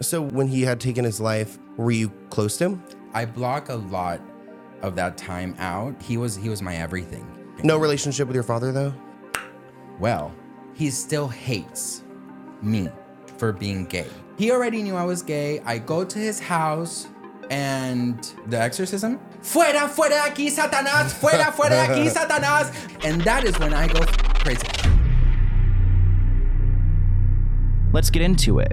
So when he had taken his life, were you close to him? I block a lot of that time out. He was he was my everything. No relationship with your father though? Well, he still hates me for being gay. He already knew I was gay. I go to his house and the exorcism. Fuera, fuera de aquí, Satanás! Fuera, fuera de aquí, Satanás! And that is when I go f- crazy. Let's get into it.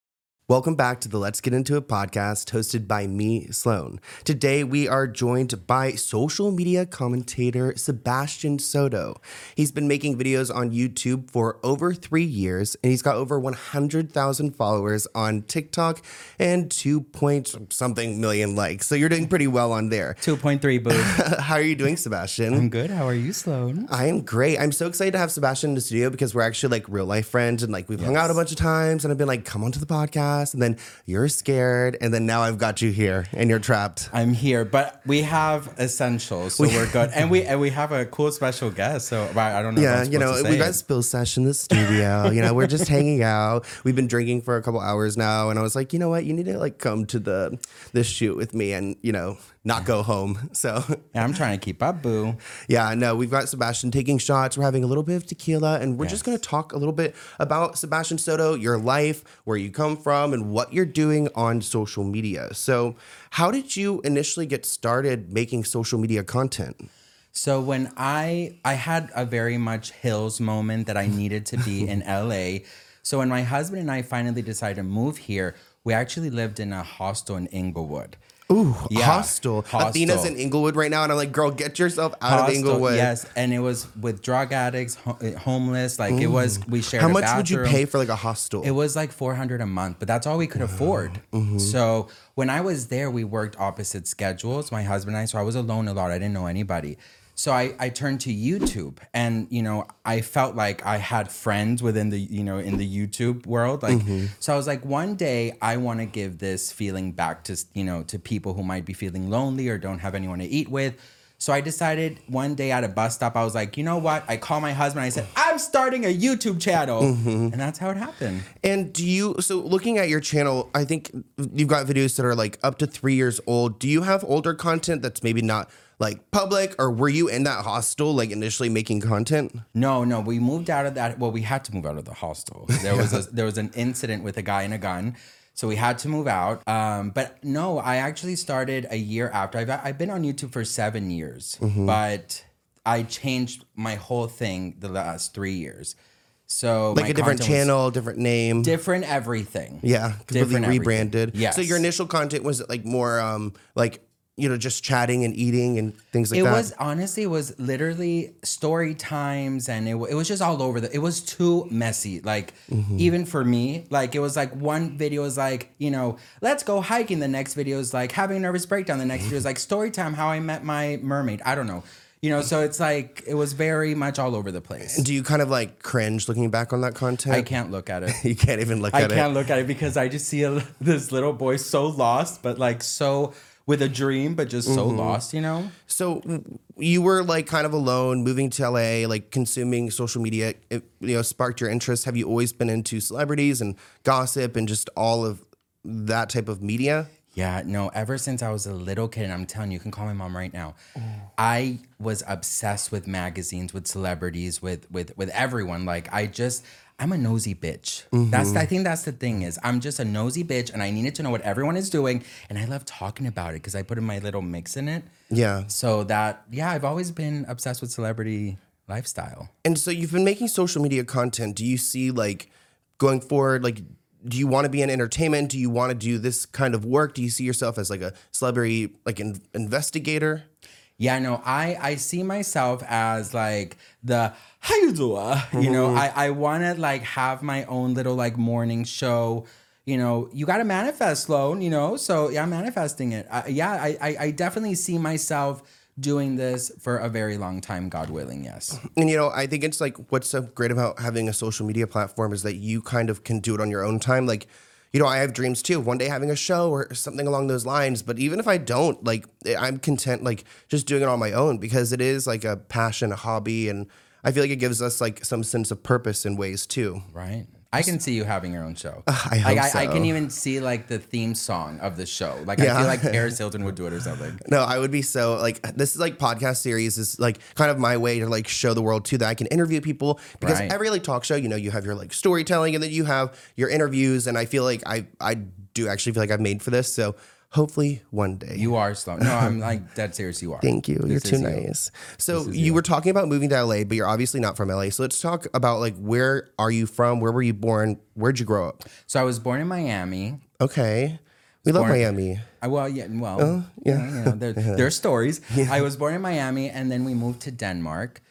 Welcome back to the Let's Get Into It podcast hosted by me, Sloan. Today we are joined by social media commentator Sebastian Soto. He's been making videos on YouTube for over three years and he's got over 100,000 followers on TikTok and 2 point something million likes. So you're doing pretty well on there. 2.3 boo. How are you doing, Sebastian? I'm good. How are you, Sloan? I am great. I'm so excited to have Sebastian in the studio because we're actually like real life friends and like we've hung out a bunch of times and I've been like, come onto the podcast. And then you're scared. And then now I've got you here and you're trapped. I'm here, but we have essentials, so we're good. And we and we have a cool special guest. So but I don't know. if I'm Yeah, you know, supposed to we say got it. spill sesh in the studio. you know, we're just hanging out. We've been drinking for a couple hours now. And I was like, you know what? You need to like come to the this shoot with me and, you know, not go home. So Yeah, I'm trying to keep up, boo. Yeah, no, we've got Sebastian taking shots. We're having a little bit of tequila, and we're just going to talk a little bit about Sebastian Soto, your life, where you come from, and what you're doing on social media. So, how did you initially get started making social media content? So when I I had a very much hills moment that I needed to be in LA. So when my husband and I finally decided to move here, we actually lived in a hostel in Inglewood. Ooh, Yeah, hostel. hostel. Athena's in Inglewood right now, and I'm like, girl, get yourself out of Hostel, Inglewood. Yes, and it was with drug addicts, ho- uh, homeless. Like it was, we shared. How a much would you bathroom. pay for like a hostel? It was like 400 a month, but that's all we could afford. So when I was there, we worked opposite schedules, my husband and I. So I was alone a lot. I didn't know anybody. So I, I turned to YouTube and you know I felt like I had friends within the you know in the YouTube world like so I was like one day I want to give this feeling back to you know to people who might be feeling lonely or don't have anyone to eat with so I decided one day at a bus stop I was like you know what I called my husband I said I'm starting a YouTube channel and that's how it happened And do you, so looking at your channel, I think you've got videos that are like up to three years old. Do you have older content that's maybe not like public or were you in that hostel like initially making content? No, no, we moved out of that. Well, we had to move out of the hostel. There was a, there was an incident with a guy and a gun, so we had to move out. Um, but no, I actually started a year after. I've I've been on YouTube for seven years, Mm-hmm. but I changed my whole thing the last three years. So Like my a different content was channel, different name. different everything. yeah, completely different everything. rebranded. Yes. So your initial content was like more um like you know just chatting and eating and things like it that. was honestly it was literally story times and it, wa- it was just all over the it was too messy like Mm-hmm. even for me like it was like one video is like you know let's go hiking the next video is like having a nervous breakdown the next video is like story time how i met my mermaid i don't know you know so it's like it was very much all over the place do you kind of like cringe looking back on that content? i can't look at it You can't even look I at can't it. look at it because I just see a, this little boy so lost, but like so with a dream, but just Mm-hmm. so lost, you know? So w- you were like kind of alone, moving to LA, like consuming social media. It, you know, sparked your interest. Have you always been into celebrities and gossip and just all of that type of media? Yeah, no, ever since I was a little kid, and I'm telling you, you can call my mom right now. I was obsessed with magazines, with celebrities, with with with everyone. Like I just I'm a nosy bitch. That's I think that's the thing is I'm just a nosy bitch and I needed to know what everyone is doing and I love talking about it because I put in my little mix in it. Yeah. So that yeah, I've always been obsessed with celebrity lifestyle. And so you've been making social media content. Do you see like going forward, like do you want to be in entertainment? Do you want to do this kind of work? Do you see yourself as like a celebrity, like an investigator? Yeah, no, I I see myself as like the how you doing? You Mm-hmm. know, I I want to like have my own little like morning show. You know, you got to manifest, Sloan. You know, so yeah, I'm manifesting it. I, yeah, I, I I definitely see myself doing this for a very long time, God willing. Yes. And you know, I think it's like what's so great about having a social media platform is that you kind of can do it on your own time. Like, you know, I have dreams too of one day having a show or something along those lines. But even if I don't, like, eh, I'm content, like, just doing it on my own because it is like a passion, a hobby. And I feel like it gives us like some sense of purpose in ways too. Right. I can see you having your own show. I hope like, I, I so. can even see like the theme song of the show. Like I Yeah. feel like Paris Hilton would do it or something. No, I would be so like this is like podcast series is like kind of my way to like show the world too that I can interview people because Right. every like talk show, you know, you have your like storytelling and then you have your interviews and I feel like I I do actually feel like I'm made for this. So hopefully one day. You are Sloan. No, I'm like dead serious. You are. Thank you. You're too nice. So you, were talking about moving to LA, but you're obviously not from LA. So let's talk about like where are you from? Where were you born? Where'd you grow up? So I was born in Miami. Okay. We love Born- Miami. I, Uh, well, yeah, well, Oh, yeah, you know, there, there are stories. I was born in Miami, and then we moved to Denmark,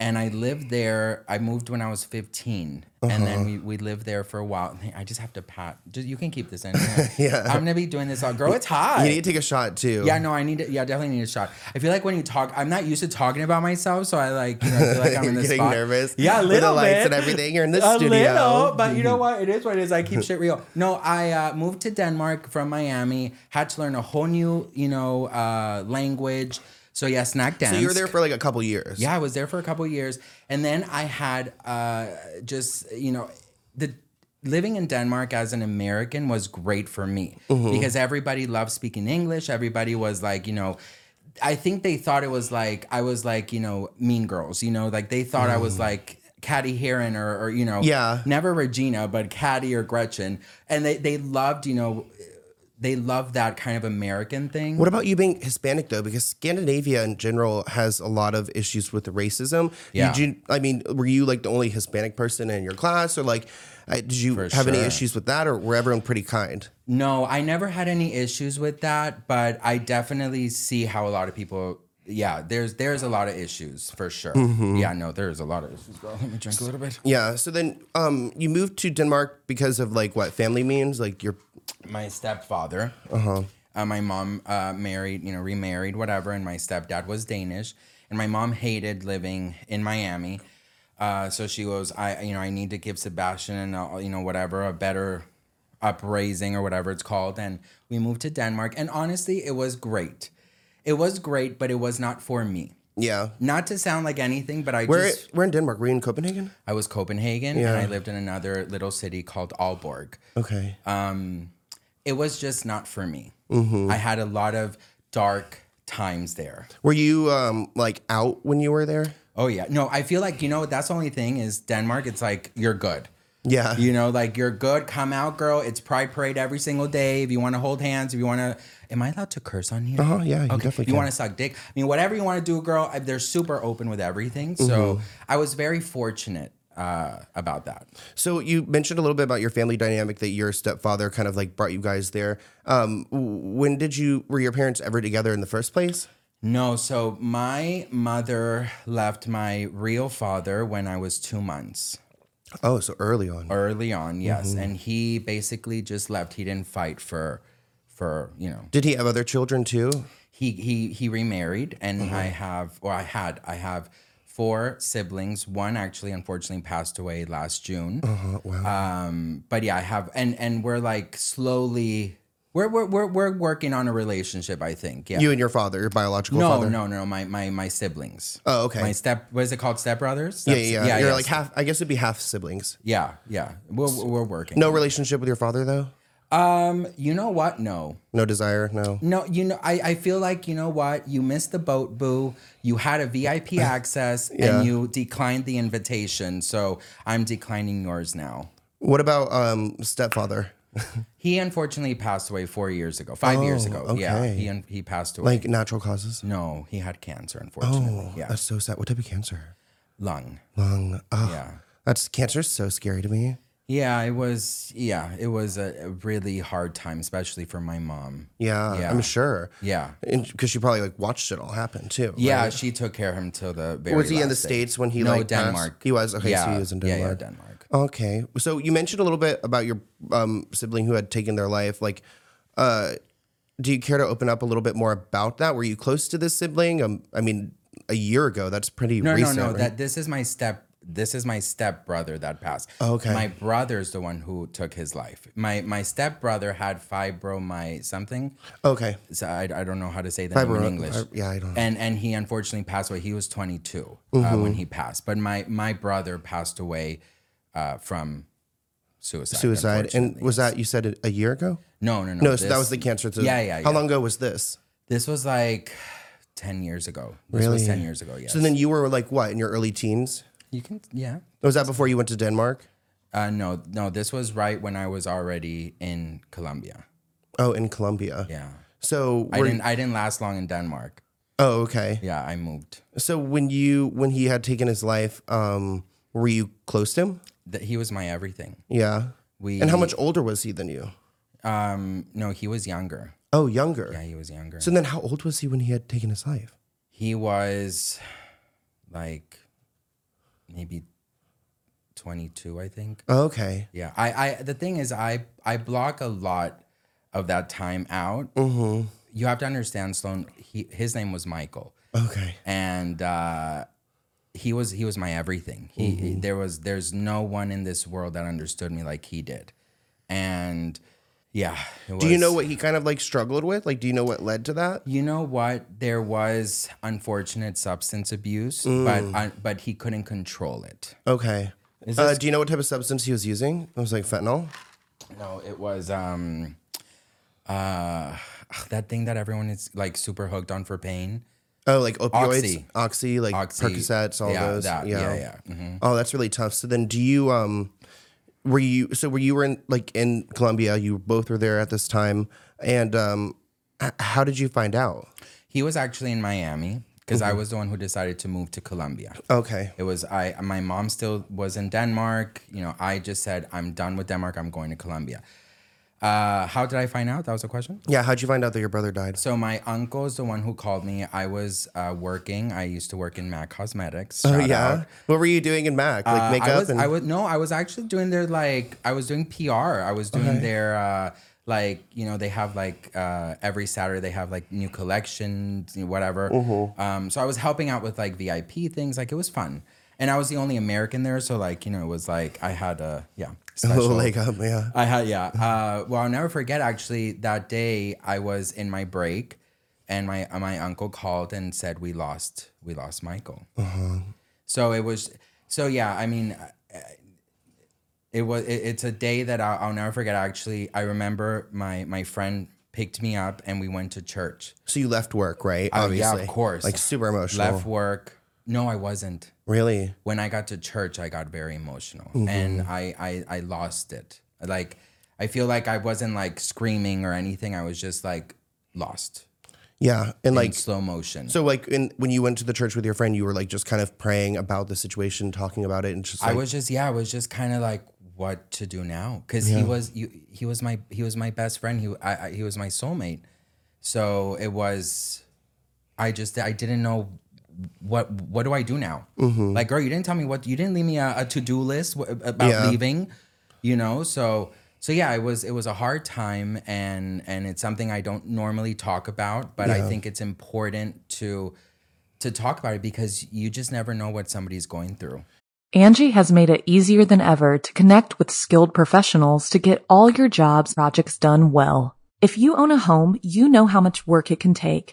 and I lived there. I moved when I was 15, and then we, we lived there for a while. I just have to pat. Just, you can keep this in. yeah, I'm gonna be doing this all. Girl, it's hot. You need to take a shot too. yeah, no, I need it. Yeah, I definitely need a shot. I feel like when you talk, I'm not used to talking about myself, so I like, you know, I feel like I'm in You're this getting spot. nervous Yeah, a with little the lights bit. and everything. You're in the a studio. little, but you know what? It is what it is. I keep shit real. No, I uh, moved to Denmark from Miami. Had to learn a whole new, you know, uh, language. So yeah, snack dance. So you were there for like a couple years. Yeah, I was there for a couple of years, and then I had uh, just you know the living in Denmark as an American was great for me because everybody loved speaking English. Everybody was like you know. I think they thought it was like I was like you know Mean Girls, you know, like they thought I was like Caddy Heron or, or you know Yeah. never Regina but Caddy or Gretchen, and they they loved you know they loved that kind of American thing. What about you being Hispanic though? Because Scandinavia in general has a lot of issues with racism. Yeah. Did you, I mean, were you like the only Hispanic person in your class, or like, uh, did you have any sure. issues with that, or were everyone pretty kind? No, I never had any issues with that, but I definitely see how a lot of people. Yeah, there's there's a lot of issues for sure. Yeah, no, there's a lot of issues. Girl, let me drink a little bit. Yeah. So then, um, you moved to Denmark because of like what family means, like your My stepfather, uh-huh. my mom uh, married, you know, remarried, whatever, and my stepdad was Danish, and my mom hated living in Miami, uh, so she was, I, you know, I need to give Sebastian and uh, you know whatever a better upraising or whatever it's called, and we moved to Denmark, and honestly, it was great. It was great, but it was not for me. yeah. Not to sound like anything, but I We're just we're in Denmark. Were you in Copenhagen? I was Copenhagen and I lived in another little city called Aalborg. Okay. It was just not for me. Mm-hmm. I had a lot of dark times there. were you um like out when you were there? Oh yeah. No, I feel like you know that's the only thing is Denmark, it's like you're good. Yeah. You know, like you're good, come out, girl. It's Pride Parade every single day. If you want to hold hands, if you want to, am I allowed to curse on here? Uh-huh, yeah, you definitely You can. want to suck dick? I mean, whatever you want to do, girl. I, they're super open with everything. So Mm-hmm. I was very fortunate uh, about that. So you mentioned a little bit about your family dynamic that your stepfather kind of like brought you guys there. Um, w- when did you were your parents ever together in the first place? No, so my mother left my real father when I was two months Oh, so early on. early on. Yes, Mm-hmm. and he basically just left. He didn't fight for, for you know, Did he have other children too? he he he remarried and Mm-hmm. i have or i had i have four siblings one actually unfortunately passed away last june Uh-huh. um but yeah i have and and we're like slowly we're we're we're, we're working on a relationship i think yeah You and your father, your biological no, father. no, no, my my my siblings. Oh, okay. My step, what is it called? Step brothers. yeah, yeah, yeah. You're like yes. half. I guess it'd be half siblings. yeah, yeah. We're we're working. No relationship with your father though. Um, you know what? No. No desire, no. No, you know, I, I feel like, you know what? You missed the boat, boo. You had a VIP access Yeah. and you declined the invitation. So I'm declining yours now. What about um stepfather? He unfortunately passed away four years ago, five years ago. Yeah, Oh, okay. he, un- he passed away. Like natural causes? Oh, no, he had cancer, unfortunately. yeah, That's so sad. What type of cancer? lung. Lung. Oh, Yeah. That's cancer's so scary to me. Yeah, it was. Yeah, it was a a really hard time, especially for my mom. Yeah, Yeah. I'm sure. Yeah, Because she probably like watched it all happen too. yeah. right? She took care of him till the very. was he in last the day. states when he No, like passed? Denmark. He was okay. Yeah. So he was in Yeah, Denmark. yeah, Denmark. Okay. So you mentioned a little bit about your um, sibling who had taken their life. Like, uh, do you care to open up a little bit more about that? Were you close to this sibling? Um, I mean, a year ago. That's pretty No, recent. no, no. right? That this is my step. This is my stepbrother that passed. Oh, Okay. My brother's the one who took his life. My my stepbrother had fibromy something. okay. So I, I don't know how to say that name in Fibro- English. fib- yeah, I don't know. And and he unfortunately passed away. He was 22 uh, Mm-hmm. when he passed. But my my brother passed away uh, from suicide. Suicide. And unfortunately. was that you said it a year ago? no no no No, so that this- was the cancer. So Yeah, How yeah, yeah. long ago was this? This was like 10 years ago. This was Really? 10 years ago. Yes. So then you were like what in your early teens? you can yeah. Was that before you went to Denmark? Uh, no, no, this was right when I was already in Colombia. Oh, in Colombia. Yeah. So I were- didn't I didn't last long in Denmark. oh, okay. Yeah, I moved. So when you when he had taken his life, um, were you close to him? Th- He was my everything. Yeah. We And how much older was he than you? um no, he was younger. Oh, younger. Yeah, he was younger. So then, how old was he when he had taken his life? he was like maybe 22, I think. Oh, okay. Yeah. I I the thing is I I block a lot of that time out. Mm-hmm. You have to understand Sloan, he, his name was Michael. Okay. and uh, he was he was my everything. He Mm-hmm. there was there's no one in this world that understood me like he did, and yeah. it Do you know was- what he kind of like struggled with? Like, do you know what led to that? You know what? There was unfortunate substance abuse, Mm. but uh, but he couldn't control it. Okay. Uh, do you know what type of substance he was using? It was like fentanyl. No, it was um, uh, that thing that everyone is like super hooked on for pain. Oh, like opioids, oxy, Oxy. like Oxy. Percocets, all Yeah, those. that. Yeah, yeah. Oh, that's really tough. So then, do you um, were you so were you were in like in Colombia? You both were there at this time, and um, h- how did you find out? He was actually in Miami because Mm-hmm. I was the one who decided to move to Colombia. Okay, It was I my mom still was in Denmark. You know, I just said I'm done with Denmark. I'm going to Colombia. Uh, how did I find out? That was a question. yeah. How'd you find out that your brother died? So my uncle is the one who called me. I was uh, working. I used to work in Mac Cosmetics. Oh Shout yeah. out. What were you doing in Mac? Like Uh, makeup I was, and I was no, I was actually doing their like I was doing PR. I was doing their uh, like you know they have like uh, every Saturday they have like new collections, you know, whatever. Mm-hmm. Um, so I was helping out with like VIP things. Like it was fun, and I was the only American there, so like you know it was like I had a yeah oh, special. like um, yeah. I had yeah. Uh, well, I'll never forget. Actually, that day I was in my break, and my uh, my uncle called and said we lost we lost Michael. So it was so yeah. I mean, uh, it was it, it's a day that I'll, I'll never forget. Actually, I remember my my friend picked me up and we went to church. So you left work, right? Oh, yeah, of course. Like super emotional. Left work. No, I wasn't. Really? When I got to church, I got very emotional and I, I I lost it. Like I feel like I wasn't like screaming or anything. I was just like lost Yeah, and in like. slow motion. So like in, when you went to the church with your friend, you were like just kind of praying about the situation, talking about it, and just like, I was just yeah, I was just kind of like what to do now because he was you, he was my he was my best friend. He I, I, he was my soulmate. So it was, I just I didn't know what what do I do now? Mm-hmm. Like girl, you didn't tell me what you didn't leave me a, a to do list w- about Yeah. leaving. You know, so so yeah, it was it was a hard time and and it's something I don't normally talk about, but I think it's important to to talk about it because you just never know what somebody's going through. Angie has made it easier than ever to connect with skilled professionals to get all your jobs projects done well. If you own a home, you know how much work it can take,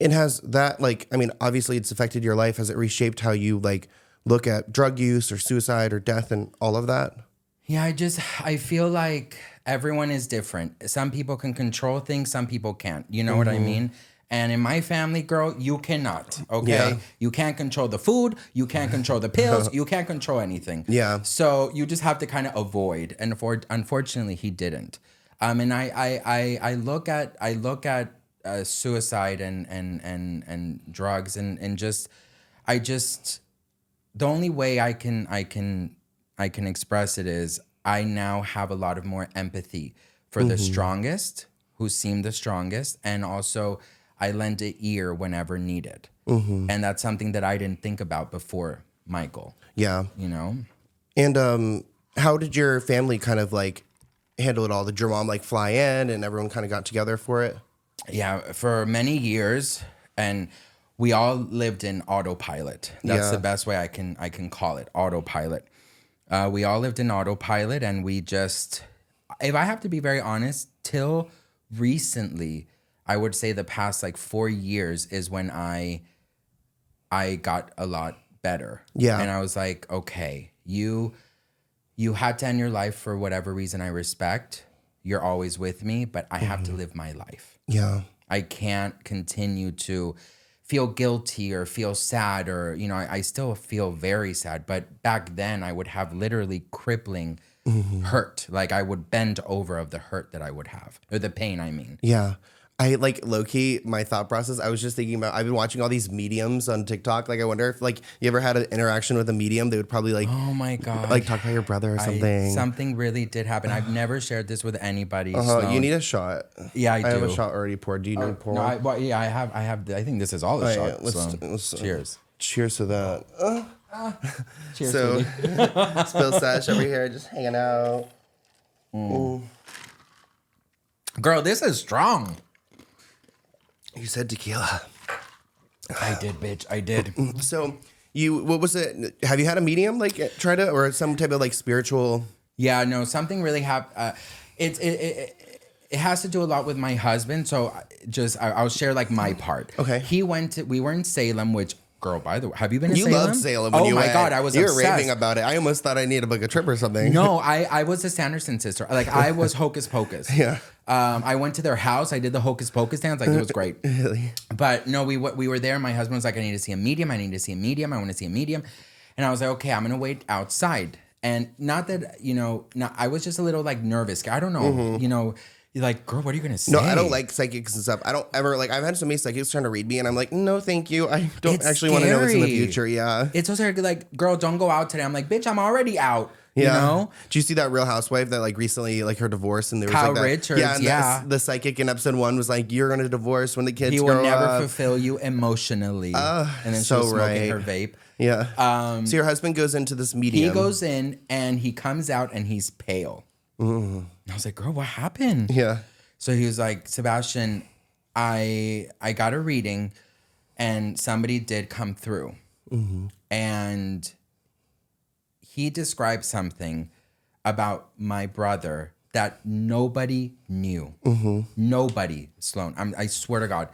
And has that like I mean, obviously it's affected your life. Has it reshaped how you like look at drug use or suicide or death and all of that? Yeah, I just I feel like everyone is different. Some people can control things, some people can't. You know what I mean? And in my family, girl, you cannot. Okay, Mm-hmm. Yeah. you can't control the food, you can't control the pills, you can't control anything. Yeah. So you just have to kind of avoid. And for unfortunately, he didn't. Um, and I I I, I look at I look at uh, suicide and and and and drugs and and just I just the only way I can I can I can express it is I now have a lot of more empathy for the strongest who seem the strongest and also I lend an ear whenever needed. And that's something that I didn't think about before Michael, Yeah. you know? And um how did your family kind of like handle it all? Did your mom like fly in and everyone kind of got together for it? Yeah, for many years and we all lived in autopilot. That's Yeah. the best way I can I can call it, autopilot. Uh, we all lived in autopilot and we just if I have to be very honest, till recently, I would say the past like 4 years is when I I got a lot better. Yeah. And I was like, okay, you you had to end your life for whatever reason I respect. You're always with me, but I have to Mm-hmm. live my life. Yeah. I can't continue to feel guilty or feel sad or you know I, I still feel very sad but back then I would have literally crippling Mm-hmm. hurt like I would bend over of the hurt that I would have or the pain I mean Yeah. I like low key my thought process. I was just thinking about I've been watching all these mediums on TikTok. Like I wonder if like you ever had an interaction with a medium, they would probably like oh my god like talk about your brother or I- something. something really did happen I've never shared this with anybody Uh, Sloan. you need a shot. yeah I, do I have a shot already poured. Do you need pour? no I, well, yeah I have I have I think this is all a right, shot let's- Sloan. let's- uh, cheers Cheers to that. Uh, cheers so, baby. Spill Sash over here, just hanging out. Mm. girl this is strong You said tequila. I did bitch I did So, you what was it? Have you had a medium like try to or some type of like spiritual? Yeah, no, something really happened. Uh, it, it, it, it has to do a lot with my husband. So I- just, I, I'll share like my part. Mm. Okay. He went to, we were in Salem, which, girl, by the way, have you been in You Salem? loved Salem. When oh you my went. God, I was you were obsessed. raving about it. I almost thought I needed like a trip or something. No, I, I was the Sanderson sister. Like I was hocus pocus. Yeah. Um, I went to their house. I did the hocus pocus dance. Like it was great. But no, we w- we were there. My husband was like, I need to see a medium. I need to see a medium. I want to see a medium. And I was like, okay, I'm gonna wait outside. And not that you know, not, I was just a little like nervous. I don't know. You know, you're like, girl, what are you gonna say? Mm-hmm. No, I don't like psychics and stuff. I don't ever like. I've had so many psychics trying to read me, and I'm like, no, thank you. I don't It's actually want to know what's in the scary. future. Yeah, It's also like, girl, don't go out today. I'm like, bitch, I'm already out. yeah. You know. Do you see that Real Housewife that like recently like her divorce and there was Kyle like that, Richards, Yeah, and the- yeah. The, psychic in episode one was like, "You're gonna divorce when the kids He grow will never up." Ah, fulfill you emotionally. and then so she was smoking right. her vape. yeah. so your husband goes into this medium. um, He goes in and he comes out and he's pale. Mm-hmm. I was like, girl, what happened? Yeah. So he was like, Sebastian, I I got a reading and somebody did come through. And he described something about my brother that nobody knew. Nobody, Sloan. I'm, I swear to God.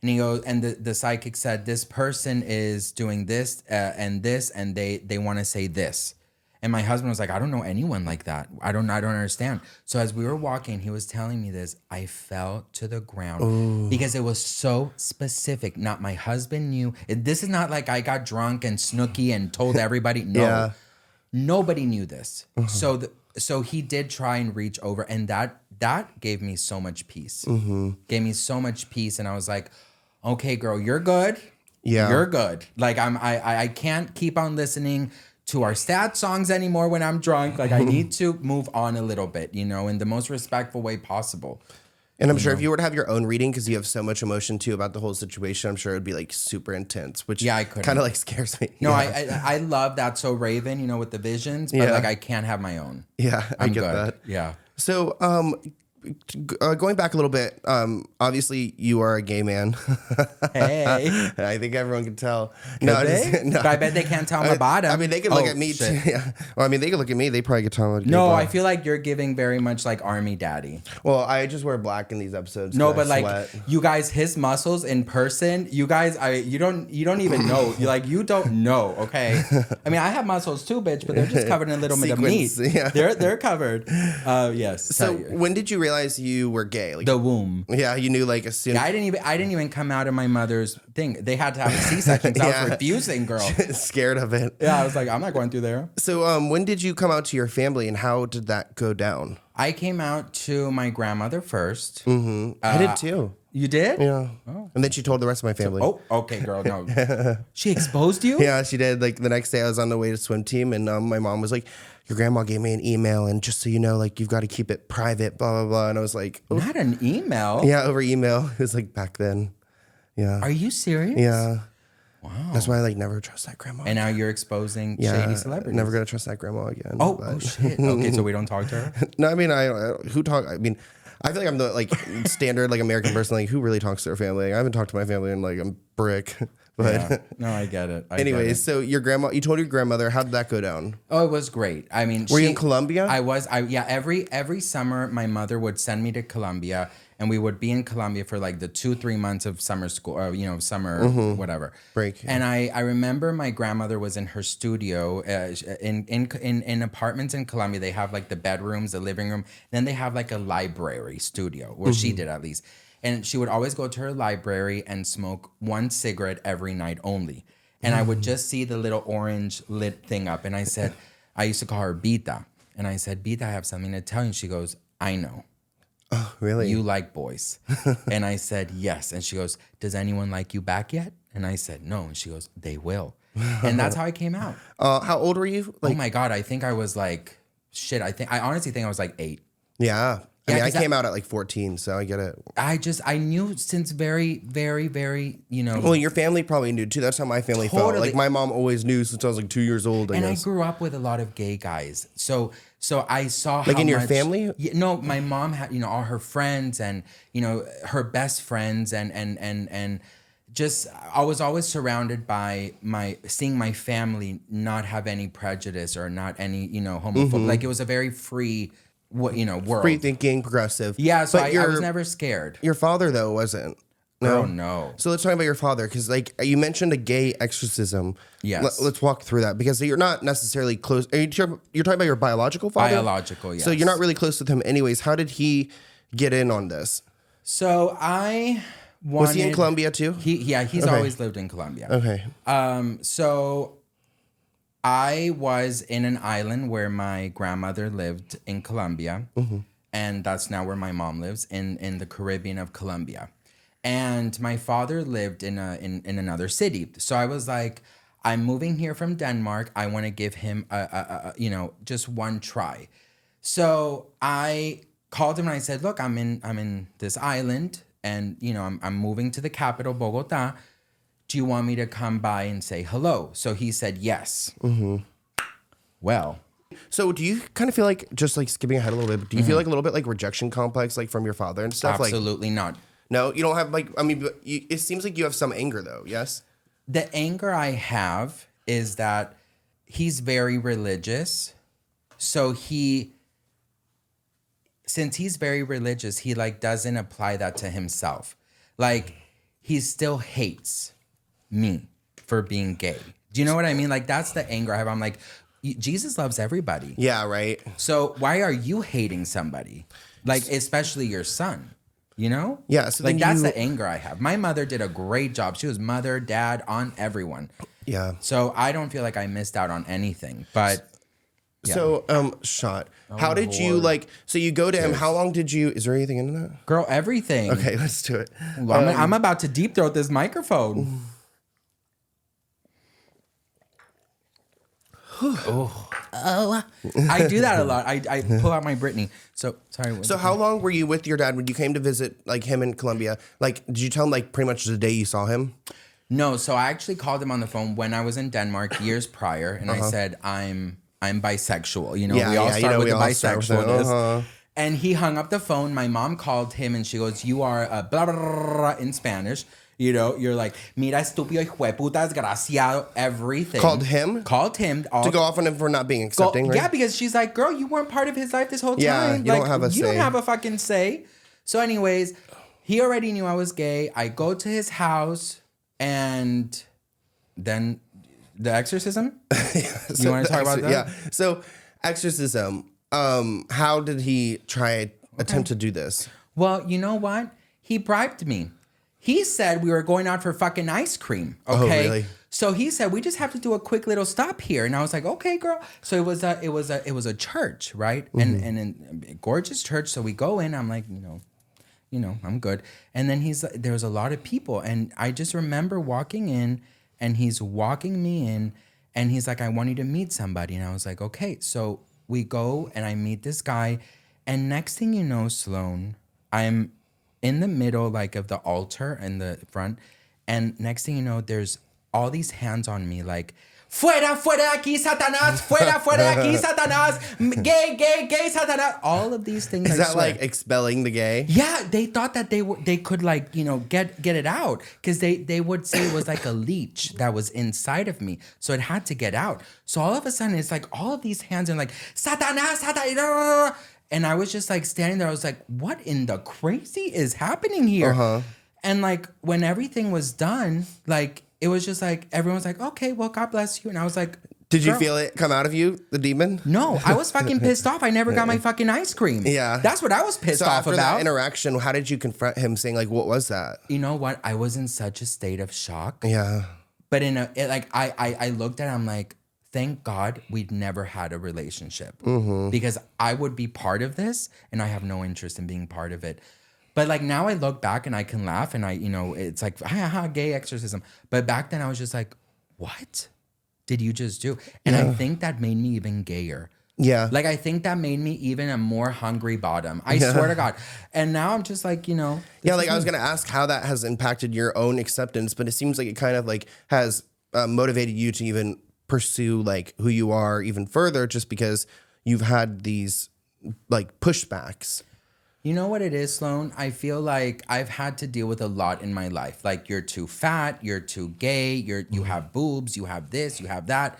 And he goes, and the, the psychic said, this person is doing this uh, and this, and they they want to say this. And my husband was like, I don't know anyone like that. I don't I don't understand. So as we were walking, he was telling me this. I fell to the ground because it was so specific. Not my husband knew. It- This is not like I got drunk and snooky and told everybody. No, Yeah. nobody knew this. Mm-hmm. So the, so he did try and reach over, and that that gave me Mm-hmm. so much peace. Gave me so much peace, and I was like, okay, girl, you're good. Yeah. you're good. Like I'm, I, I- I can't keep on listening to our sad songs anymore when I'm drunk. Like I need to move on a little bit, you know, in the most respectful way possible. And I'm sure if you were to have your own reading, because you have so much emotion too about the whole situation, I'm sure it would be like super intense, which Yeah, I couldn't. kind of like scares me. No, yeah. I, I, I love that so Raven, you know, with the visions, but Yeah. like I can't have my own. yeah, I I'm get good. that. Yeah. So, um, g- uh, going back a little bit, um, obviously you are a gay man. Hey. I think everyone can tell. Could just- they? But I bet they can't tell my bottom. I mean, they can look Oh, at me shit. too. Yeah. Well, I mean, they can look at me. They probably could tell. I'm a gay No, guy. I feel like you're giving very much like army daddy. Well, I just wear black in these episodes. No, 'cause but I like sweat. you guys, his muscles in person, you guys, I you don't you don't even know. You like you don't know, okay? I mean, I have muscles too, bitch, but they're just covered in a little bit of meat. Sequence, yeah. They're they're covered. Uh, yes. So, So when did you realize you were gay? Like, the womb. yeah, you knew like as soon. I didn't even I didn't even come out of my mother's thing. They had to have a C section. I Yeah. was refusing, girl. scared of it. Yeah, I was like, I'm not going through there. So, um, when did you come out to your family, and how did that go down? I came out to my grandmother 1st Uh, I did too. You did? Mm-hmm. Yeah. And then she told the rest of my family. Oh, okay, girl. No, she exposed you. Yeah, she did. Like the next day, I was on the way to swim team, and um, my mom was like, "Your grandma gave me an email, and just so you know, like you've got to keep it private." Blah blah blah. And I was like, oh, Not an email. "Yeah, over email." It was like back then. Yeah. Are you serious? yeah. Wow. That's why I like never trust that grandma. And now you're exposing yeah, shady celebrities. Never gonna trust that grandma again. Oh, but- oh shit. Okay, so we don't talk to her. No, I mean, I, I who talk. I mean, I feel like I'm the like standard like American person. Like, who really talks to their family? I haven't talked to my family in like a brick. But Yeah. No, I get it. I get anyway, it. so your grandma, you told your grandmother. How did that go down? oh, it was great. I mean, Were you in Colombia? I was. I yeah. Every every summer, my mother would send me to Colombia, and we would be in Colombia for like the two three months of summer school, or you know, summer whatever Mm-hmm. Break, yeah. And I I remember my grandmother was in her studio uh, sh- in, in in in apartments in Colombia. They have like the bedrooms, the living room, then they have like a library studio, or she Mm-hmm. did at least. And she would always go to her library and smoke one cigarette every night only. And I Mm. would just see the little orange lit thing up, and I said, I used to call her Bita. And I said, Bita, I have something to tell you. And she goes, I know. Really? You like boys. and I said, Yes. And she goes, Does anyone like you back yet? And I said, No. And she goes, They will. And that's how I came out. uh, how old were you? Like, oh my God. I think I was like, Shit. I think, I honestly think I was like eight. yeah. I mean, I 'cause I- came out at like 14, so I get it. I just, I knew since very, very, very, you know. Well, your family probably knew too. That's how my family felt. Totally. Like my mom always knew since I was like two years old. I and I guess. grew up with a lot of gay guys. So so I saw like in your family? Yeah, no, my mom had you know all her friends and you know her best friends and and and and just I was always surrounded by my seeing my family not have any prejudice or not any you know homophobic. Like it was a very free what you know world. Mm-hmm. Free thinking, progressive. yeah, so But I, I your- was never scared. Your father though wasn't. No, no. So let's talk about your father because, like, you mentioned a gay exorcism. Yes. Let- let's walk through that because you're not necessarily close. Are you, you're talking about your biological father? Biological, So you're not yes. really close with him, anyways. How did he get in on this? So I wanted Was he in Colombia too? He yeah, he's always lived in Colombia. okay. Um, so I was in an island where my grandmother lived in Colombia, and that's now where my mom lives in in the Caribbean of Colombia. And my father lived in a in, in another city, so I was like, I'm moving here from Denmark. I want to give him a, a, a- a you know just one try. So I called him and I said, "Look, I'm in I'm in this island, and you know I'm I'm moving to the capital, Bogota. Do you want me to come by and say hello?" So he said yes. Mm-hmm. Well, So do you kind of feel like just like skipping ahead a little bit? But do you feel Mm-hmm. like a little bit like rejection complex, like from your father and stuff? Like, absolutely not. no, you don't have like. I mean, but you, it seems like you have some anger though. Yes. The anger I have is that he's very religious, so he since he's very religious, he like doesn't apply that to himself. Like he still hates me for being gay. Do you know what I mean? Like that's the anger I have. I'm like, "Y- Jesus loves everybody. Yeah. Right. So why are you hating somebody? Like especially your son. You know? Yeah, so like then that's you- the anger I have. My mother did a great job. She was mother, dad, on everyone. Yeah. So I don't feel like I missed out on anything. But So, um, shot. how did you Oh, Lord. like? So you go to him. How long did you? Is there anything into that? girl, everything. Okay, let's do it. Um, Well, I'm, I'm about to deep throat this microphone. I do that a lot. I, I pull out my Britney. So sorry. So how long were you with your dad when you came to visit like him in Colombia? Like, did you tell him like pretty much the day you saw him? No, so I actually called him on the phone when I was in Denmark years prior, and I said, "I'm I'm bisexual." You know, Uh-huh. Yeah, we all yeah, you start know, with we the all start with that, bisexualness. uh-huh. And he hung up the phone. My mom called him, and she goes, "You are a blah blah, blah, blah," in Spanish." You know, you're like, mira, estúpido, hijo de puta, desgraciado, everything. Called him? Called him. All To go off on him for not being Oh. go- accepting, right? Yeah, because she's like, girl, you weren't part of his life this whole time. Yeah, you don't Like, have a You say. don't have a fucking say. So, anyways, he already knew I was gay. I go to his house, and then the exorcism. you want to talk about that? Yeah. So exorcism. Um, how did he try attempt to do this? Well, you know what? He bribed me. He said we were going out for fucking ice cream. Okay. Oh, really? So he said we just have to do a quick little stop here, and I was like, okay, girl. So it was a it was a it was a church, right? Mm-hmm. And and in, a gorgeous church. So we go in. I'm like, you know, you know, I'm good. And then he's there was a lot of people, and I just remember walking in, and he's walking me in, and he's like, I want you to meet somebody, and I was like, okay. So we go, and I meet this guy, and next thing you know, Sloan, I'm in the middle like of the altar in the front, and next thing you know, there's all these hands on me like. Fuera, fuera de aquí, Satanás! Fuera, fuera de aquí, Satanás! Gay, gay, gay, Satanás! All of these things. Is I that swear. like expelling the gay? Yeah, they thought that they were they could like you know get get it out because they they would say it was like a leech that was inside of me, so it had to get out. So all of a sudden, it's like all of these hands are like Satanas, Satanas, and I was just like standing there. I was like, what in the crazy is happening here? Uh-huh. And like when everything was done, like it was just like everyone's like, okay, well, God bless you, and I was like. Did you girl, feel it come out of you, the demon? No, I was fucking pissed off. I never got my fucking ice cream. Yeah. that's what I was pissed So off after about that interaction, how did you confront him, saying like, "What was that?" you know what? I was in such a state of shock. Yeah. But in a it, like I, I I looked at it, I'm like, thank God we'd never had a relationship. Because I would be part of this and I have no interest in being part of it. But like now I look back and I can laugh and I, you know, it's like ha, ha, gay exorcism. But back then I was just like, what did you just do? And I think that made me even gayer. Yeah. Like I think that made me even a more hungry bottom. I swear to God. And now I'm just like, you know, yeah. Like I was gonna ask how that has impacted your own acceptance, but it seems like it kind of like has uh, motivated you to even pursue like who you are even further, just because you've had these like pushbacks. You know what it is, Sloan? I feel like I've had to deal with a lot in my life. Like you're too fat, you're too gay, you're Mm-hmm. you have boobs, you have this, you have that.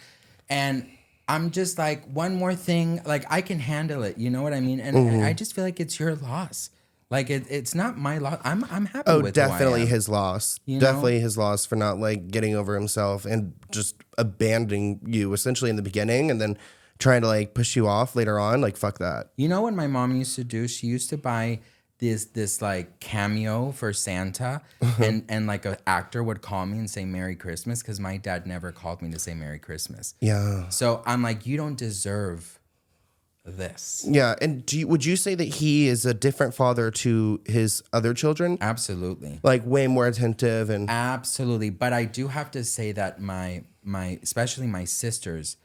And I'm just like one more thing, like I can handle it. You know what I mean? And and Mm-hmm. I just feel like it's your loss. Like it, it's not my loss. I'm I'm happy Oh, with who I definitely am. his loss. You know? definitely his loss for not like getting over himself and just abandoning you essentially in the beginning and then trying to like push you off later on. Like, fuck that. You know what my mom used to do? She used to buy this this like cameo for Santa, Uh-huh. and and like an actor would call me and say Merry Christmas because my dad never called me to say Merry Christmas. Yeah. So I'm like, you don't deserve this. Yeah. And do you, would you say that he is a different father to his other children? Absolutely. Like, way more attentive and. Absolutely. But I do have to say that my my especially my sisters,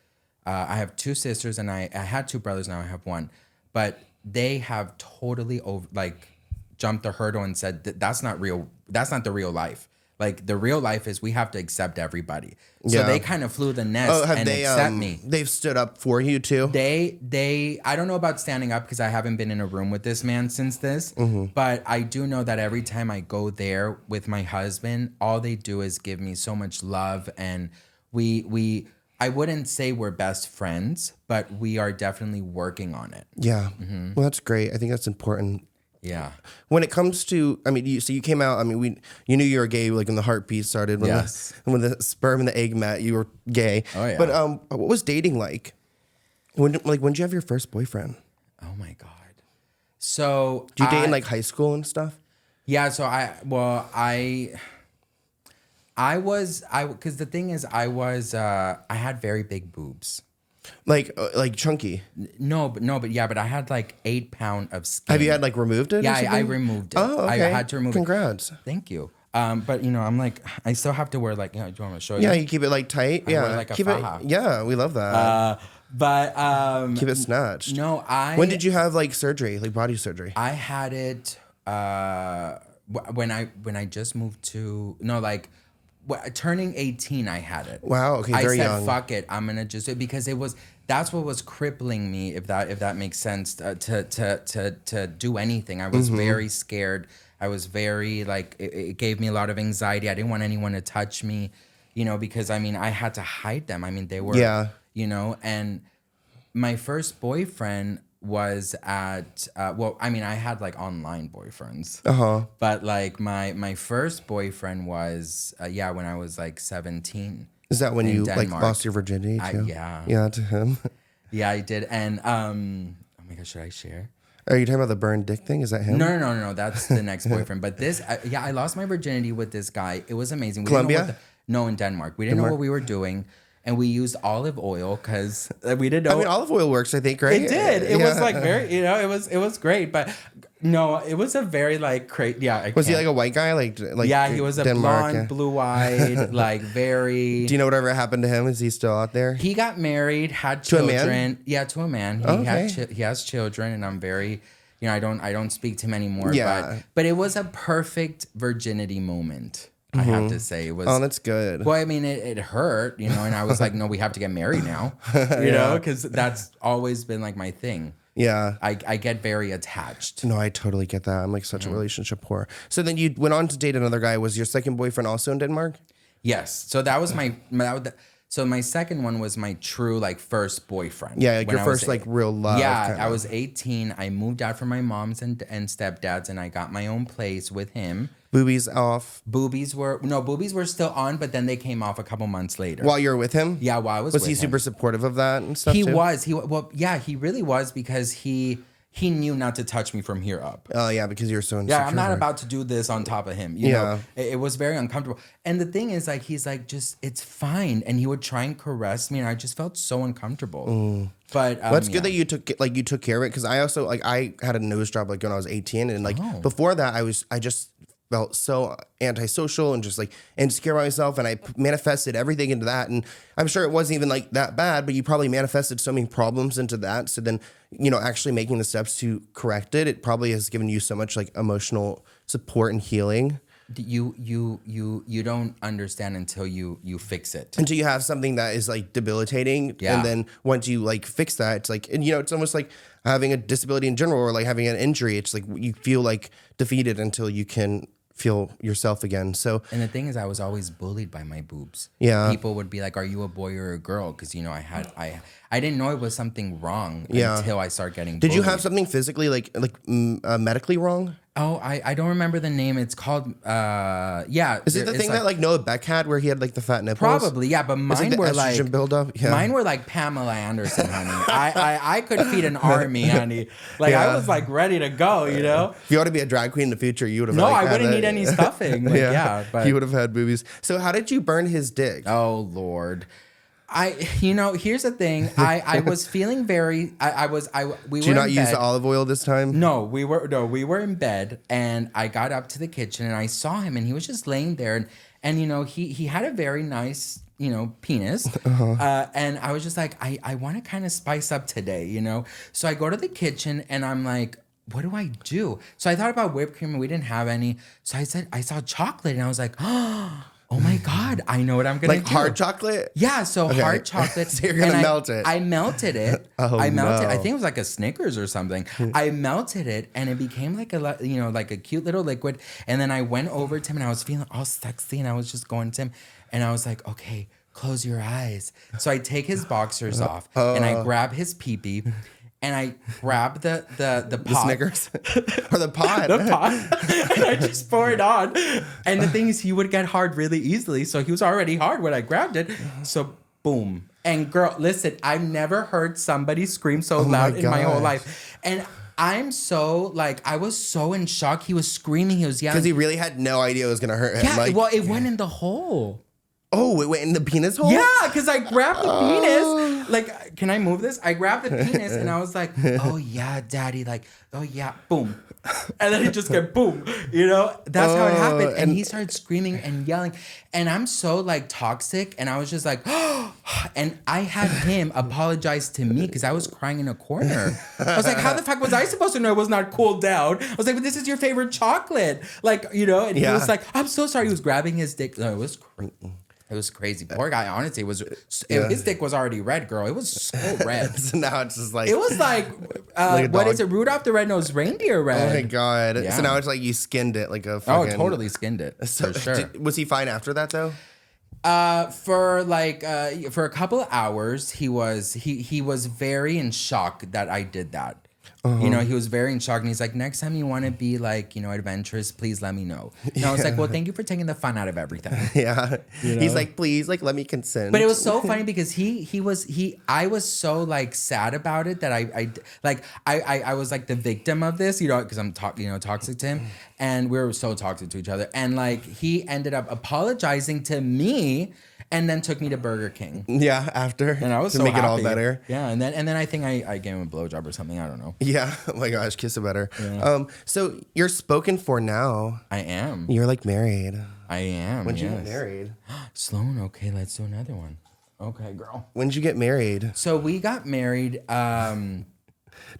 uh, I have two sisters and I, I had two brothers now I have one, but they have totally over like jumped the hurdle and said "Th- that's not real. That's not the real life. Like the real life is we have to accept everybody. So Yeah. they kind of flew the nest Oh, have and they? accept Um, me. They've stood up for you too. they they i don't know about standing up because i haven't been in a room with this man since this Mm-hmm. but i do know that every time i go there with my husband all they do is give me so much love and we we i wouldn't say we're best friends but we are definitely working on it yeah. Mm-hmm. Well, that's great. I think that's important. yeah when it comes to i mean you so you came out i mean we you knew you were gay like when the heartbeat started when, Yes. the, when the sperm and the egg met you were gay Oh, yeah. but um what was dating like when like when did you have your first boyfriend oh my god so do you date I- in like high school and stuff Yeah, so I well I I was I cuz the thing is I was uh I had very big boobs. like uh, like chunky No, but no, but yeah, but I had like 8 pound of skin. have you had like removed it or Yeah, I, I something? removed it. oh okay I had to remove congrats it. Thank you. Um, but you know, I'm like, I still have to wear like, you know, do you want me to show Yeah, you? you keep it like tight. yeah, wear, like, a keep faja. it. Yeah, we love that. Uh, but um, keep it snatched. no, I. when did you have like surgery, like body surgery? I had it uh, wh- when I when I just moved to no like wh- turning eighteen. I had it. Wow, okay, I very said young. fuck it. I'm gonna just do it because it was that's what was crippling me. If that if that makes sense uh, to to to to do anything. I Mm-hmm. was very scared. I was very like it, it gave me a lot of anxiety. I didn't want anyone to touch me, you know, because I mean I had to hide them. I mean they were Yeah. you know and my first boyfriend was at uh, well i mean i had like online boyfriends uh-huh but like my my first boyfriend was uh, yeah when i was like 17 Is that when in you like Denmark. lost your virginity I- too? yeah. yeah, to him. yeah i did and um oh my gosh should i share Are you talking about the burned dick thing? Is that him? no no no no, no that's the next boyfriend but this I, yeah i lost my virginity with this guy it was amazing we didn't know what Colombia? the- no in denmark we didn't know what we were doing and we used olive oil because we didn't know I mean, olive oil works, I think, right? It did. It was Yeah. like very, you know, it was it was great, but no, it was a very like crazy. Yeah, I Was he can't- like a white guy? Like, like yeah, he was a Denmark, blonde, yeah. blue-eyed, like very. Do you know whatever happened to him? Is he still out there? he got married, had a man? children. Yeah, to a man. He had Okay. chi- he has children, and I'm very, you know, I don't I don't speak to him anymore. Yeah. but but it was a perfect virginity moment. I have to say it was. oh, that's good. Well, I mean, it, it hurt, you know, and I was like, no, we have to get married now, you know, 'cause know, because that's always been like my thing. yeah. I, I get very attached. No, I totally get that. I'm like such Mm. a relationship whore. So then you went on to date another guy. Was your second boyfriend also in Denmark? Yes. So that was my, my- that was- so my second one was my true like first boyfriend. Yeah, like When your I was first eight- like uh, real love. yeah, kinda. I was 18. I moved out from my mom's and, and stepdad's and I got my own place with him. boobies off Boobies were no, boobies were still on, but then they came off a couple months later. while you were with him. yeah, while I was Was with he him. super supportive of that and stuff? He too? was. He wa- well, yeah, he really was because he he knew not to touch me from here up. Oh yeah, because you were so insecure. Yeah, I'm not about to do this on top of him. You Yeah. know, it, it was very uncomfortable. And the thing is, like, he's like, just it's fine. And he would try and caress me, and I just felt so uncomfortable. But um, Well, it's yeah. Mm. good that you took like you took care of it because I also like I had a nose job like when I was 18 and like Oh. before that I was I just felt so antisocial and just like insecure about myself and I p- manifested everything into that and I'm sure it wasn't even like that bad but you probably manifested so many problems into that so then you know actually making the steps to correct it it probably has given you so much like emotional support and healing you you you you don't understand until you you fix it. until you have something that is like debilitating Yeah. and then once you like fix that it's like and you know it's almost like having a disability in general or like having an injury it's like you feel like defeated until you can feel yourself again so And the thing is, I was always bullied by my boobs. Yeah. people would be like, "Are you a boy or a girl?" Because you know, I had I I didn't know it was something wrong Yeah. until I started getting. did you bullied. have something physically like like mm, uh, medically wrong Oh, I I don't remember the name. It's called. uh Yeah, is it the thing that like noah beck had where he had like the fat nipples Probably, yeah, but mine the were estrogen like buildup? Yeah. mine were like Pamela Anderson, honey. I, I I could feed an army, honey. Like Yeah. I was like ready to go, you know. if you ought to be a drag queen in the future you would have No, like, I had wouldn't that. need any stuffing. Like, yeah. but you would have had boobies so how did you burn his dick oh lord, I you know here's the thing. I I was feeling very. I, I was I we do you were not in use bed. the olive oil this time No, we were no, we were in bed, and I got up to the kitchen and I saw him, and he was just laying there, and and you know he he had a very nice you know penis, Uh-huh. uh, and I was just like I I want to kind of spice up today, you know, so I go to the kitchen and I'm like. What do I do? So I thought about whipped cream and we didn't have any. So I said I saw chocolate and I was like, oh, my god, I know what I'm gonna like do. hard chocolate Yeah, so hard chocolate. So you're gonna and I- melt it. I melted it. Oh, I melted. I no. think it was like a Snickers or something. I melted it, and it became like a li- you know like a cute little liquid. And then I went over to him, and I was feeling all sexy, and I was just going to him, and I was like, okay, close your eyes. So I take his boxers Uh, off, and I grab his pee pee, and I grab the the the, pot. Snickers or the pod. the pot and I just pour it on. And the thing is, he would get hard really easily. So he was already hard when I grabbed it. So boom. And girl, listen, I've never heard somebody scream so loud in my Oh whole gosh. life. And I'm so like, I was so in shock. He was screaming, he was yelling. Because he really had no idea it was gonna hurt him. yeah, like, well, it went in the hole. oh, it went in the penis hole. Yeah, because I grabbed the penis. Like, can I move this? I grabbed the penis and I was like, oh yeah, daddy. Like, oh yeah, boom. and then he just get boom, you know. That's how it happened. And, Oh, and- he started screaming and yelling, and I'm so like toxic, and I was just like, and I had him apologize to me because I was crying in a corner. I was like, how the fuck was I supposed to know it was not cooled down? I was like, but this is your favorite chocolate, like you know. And he Yeah. was like, I'm so sorry. He was grabbing his dick. No, it was. Cr- it was crazy. Uh, Poor guy. Honestly, it was his dick was already red, girl. It was so red. So now it's just like, It was like, uh, Like a what dog. is it? Rudolph the Red-Nosed Reindeer oh red. my god. Yeah. So now it's like you skinned it like a Oh, fucking. totally skinned it So, for sure. did- was he fine after that though? Uh, for like uh, for a couple of hours, he was he he was very in shock that I did that. Uh-huh. You know, he was very in shock, and he's like, "Next time you want to be like you know adventurous, please let me know." And I was like, "Well, thank you for taking the fun out of everything." Yeah. He's like, please, like, let me consent. But it was so funny because he he was he I was so like sad about it that I I like I I, I was like the victim of this you know because I'm to- you know toxic to him and we were so toxic to each other and like he ended up apologizing to me and then took me to Burger King yeah. After and I was to so make it all happy. better. yeah and then and then I think I I gave him a blowjob or something I don't know Yeah. Oh my gosh, kiss it better. Um. So you're spoken for now. I am You're like married. I am When did you yes. get married? Sloan okay let's do another one okay girl When did you get married? so we got married um.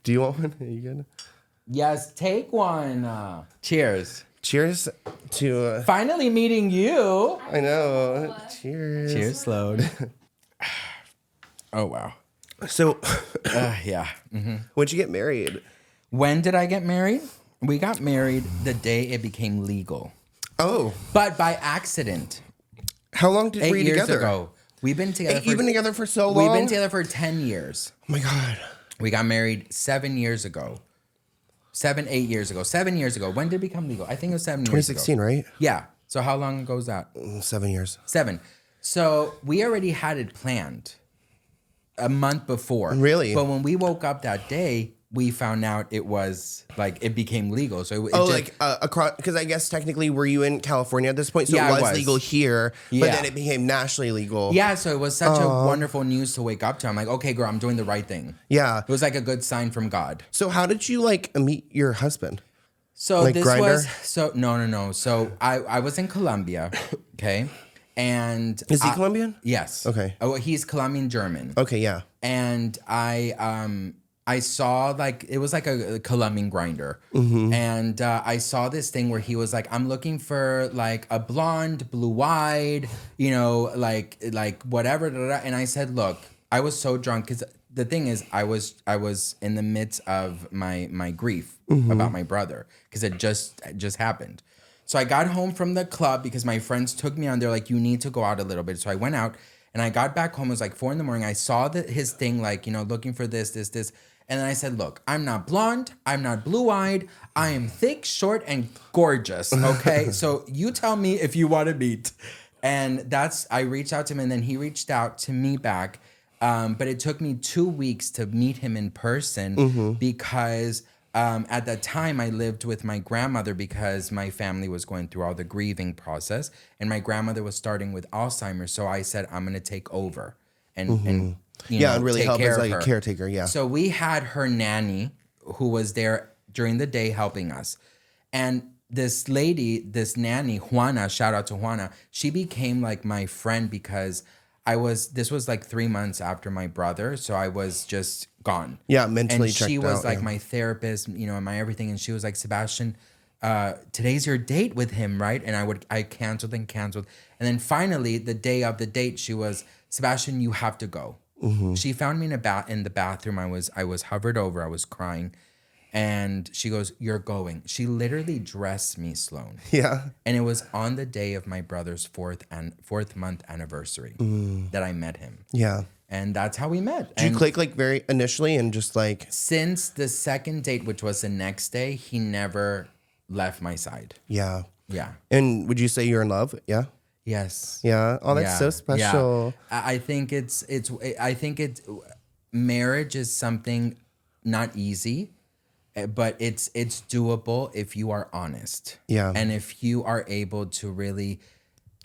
Do you want one? Are you good? Yes, take one. Uh, cheers. Cheers to. Uh, Finally meeting you. I know. Cheers. Cheers, slowed. oh wow. So, Uh, yeah. Mhm. when'd you get married? When did I get married? We got married the day it became legal, Oh, but by accident. how long did Eight were you years together? ago, we've been together. Eight, you've been together for so long. We've been together for ten years. Oh my god. We got married seven years ago. Seven, eight years ago. Seven years ago. When did it become legal? I think it was seven. Twenty 2016, right? Mm, Yeah. So how long ago was that? Seven years. Seven. So we already had it planned a month before. Really? But when we woke up that day, we found out it was like it became legal. So it, it Oh, just- like uh, across because I guess technically were you in California at this point? So Yeah, it I was, was. legal here, but Yeah. then it became nationally legal. yeah. So it was such a wonderful news to wake up to. I'm like, okay, girl, I'm doing the right thing. Yeah. It was like a good sign from God. So how did you like meet your husband? So Like this Grindr? was so no no no. So I I was in Colombia, okay, and Is he I- Colombian? Yes. Okay. Oh, he's Colombian German. Okay, yeah. and I um I saw like it was like a, a Colombian grinder, and uh, I saw this thing where he was like, "I'm looking for like a blonde, blue-eyed, you know, like like whatever." Da, da, da. And I said, "Look, I was so drunk because the thing is, I was I was in the midst of my my grief about my brother because it just it just happened." So I got home from the club because my friends took me on. They're like, you need to go out a little bit. So I went out and I got back home. It was like four in the morning. I saw that his thing, like, you know, looking for this, this, this. And then I said, look, I'm not blonde. I'm not blue eyed. I am thick, short, and gorgeous. Okay. so you tell me if you want to meet. And that's, I reached out to him and then he reached out to me back. Um, but it took me two weeks to meet him in person Mm-hmm. because um, at that time I lived with my grandmother because my family was going through all the grieving process and my grandmother was starting with Alzheimer's. So I said, I'm going to take over and, and you Mm-hmm. Yeah, know, and really take help care as of like a her. caretaker, yeah. So we had her nanny who was there during the day helping us. And this lady, this nanny, Juana, shout out to Juana, she became like my friend because I was, this was like three months after my brother. So I was just gone. Yeah, mentally And she checked was out, like yeah. my therapist, you know, and my everything. And she was like, Sebastian, uh, today's your date with him, right? And I would, I canceled and canceled. And then finally, the day of the date, she was, Sebastian, you have to go. Mm-hmm. She found me in a bath in the bathroom. I was, I was hovered over. I was crying, and she goes, "You're going." She literally dressed me, Sloan Yeah. and it was on the day of my brother's fourth and fourth month anniversary that I met him, Yeah. and that's how we met. Mm. Did and you click like very initially and just like since the second date, which was the next day, he never left my side. yeah. Yeah. And would you say you're in love? Yeah. Yes. Yeah. Oh, that's Yeah, so yeah. special. I I think it's it's I think it's marriage is something not easy, eh, but it's it's doable if you are honest. Yeah. And if you are able to really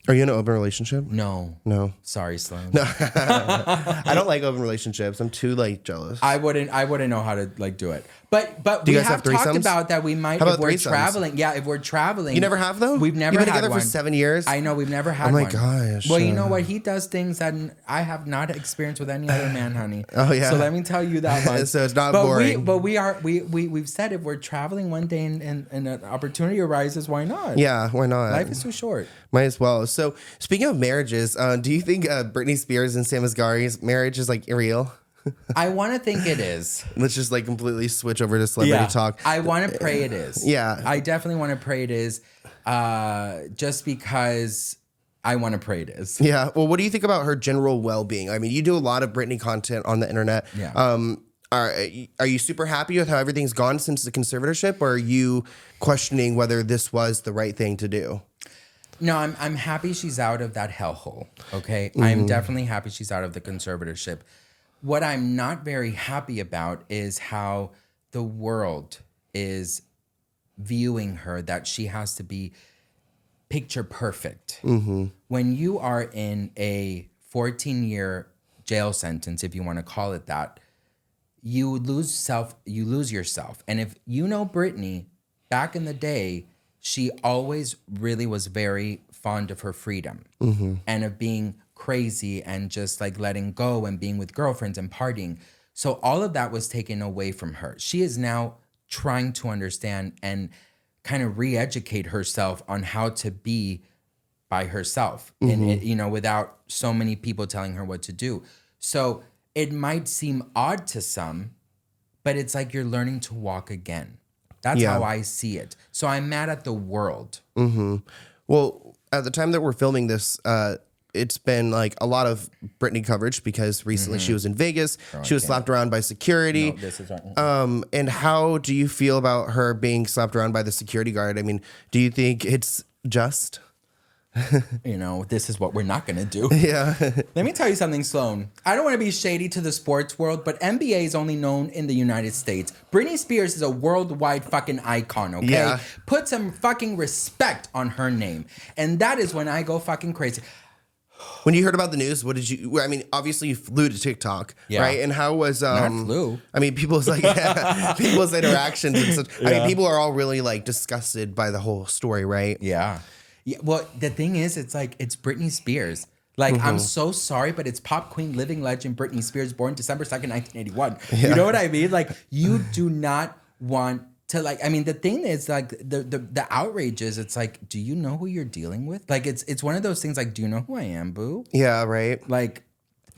Are you in an open relationship? no No. sorry Sloan. I don't like open relationships. I'm too like jealous. I wouldn't I wouldn't know how to like do it. But but Do you we guys have, have talked threesomes? about that we might How if about we're threesomes? traveling. Yeah, if we're traveling, You never have though? We've never You've been had together one. for seven years. Oh I know we've never had. my one. gosh, Well, you know uh, what? He does things that n- I have not experienced with any other man, honey. Oh, yeah. So let me tell you that much. So it's not but boring. We, but we are we we we've said if we're traveling one day and, and, and an opportunity arises, why not? Yeah, why not? Life is too short. Might as well. So, speaking of marriages, uh, do you think uh, Britney Spears and Sam Asghari's marriage is like real? I want to think it is. Let's just like completely switch over to celebrity talk. I want to pray it is. Yeah. I definitely want to pray it is, uh, just because I want to pray it is. yeah. Well, what do you think about her general well being? I mean, you do a lot of Britney content on the internet. Yeah. Um, are are you super happy with how everything's gone since the conservatorship, or are you questioning whether this was the right thing to do? No, I'm I'm happy she's out of that hellhole. Okay, Mm-hmm. I'm definitely happy she's out of the conservatorship. What I'm not very happy about is how the world is viewing her that she has to be picture perfect. Mm-hmm. When you are in a 14 year jail sentence, if you want to call it that, you lose self you lose yourself and if you know Britney back in the day she always really was very fond of her freedom and of being crazy and just like letting go and being with girlfriends and partying so all of that was taken away from her she is now trying to understand and kind of re-educate herself on how to be by herself Mm-hmm. and it, you know without so many people telling her what to do so it might seem odd to some but it's like you're learning to walk again that's Yeah. how i see it so i'm mad at the world Well, at the time that we're filming this, uh, it's been like a lot of Britney coverage because recently Mm-hmm. she was in Vegas. Oh, she was slapped around by security. this is Mm-hmm. um, and how do you feel about her being slapped around by the security guard? I mean, do you think it's just? you know this is what we're not going to do Yeah. Let me tell you something, Sloan. I don't want to be shady to the sports world, but NBA is only known in the United States. Britney Spears is a worldwide fucking icon, okay? Yeah. Put some fucking respect on her name. And that is when I go fucking crazy. when you heard about the news, what did you? I mean, obviously you flew to TikTok, Yeah. right? And how was um? flew. I mean, people's like people's interactions and such. I mean, people are all really like disgusted by the whole story, right? Yeah. yeah. Well, the thing is, it's like it's Britney Spears. Like, Mm-hmm. I'm so sorry, but it's pop queen, living legend Britney Spears, born December 2nd, 1981. You know what I mean? Like, you do not want to, like, I mean, the thing is, like, the, the, the outrage is, it's like, do you know who you're dealing with? Like, it's it's one of those things, like, do you know who I am, boo? Yeah, right. Like,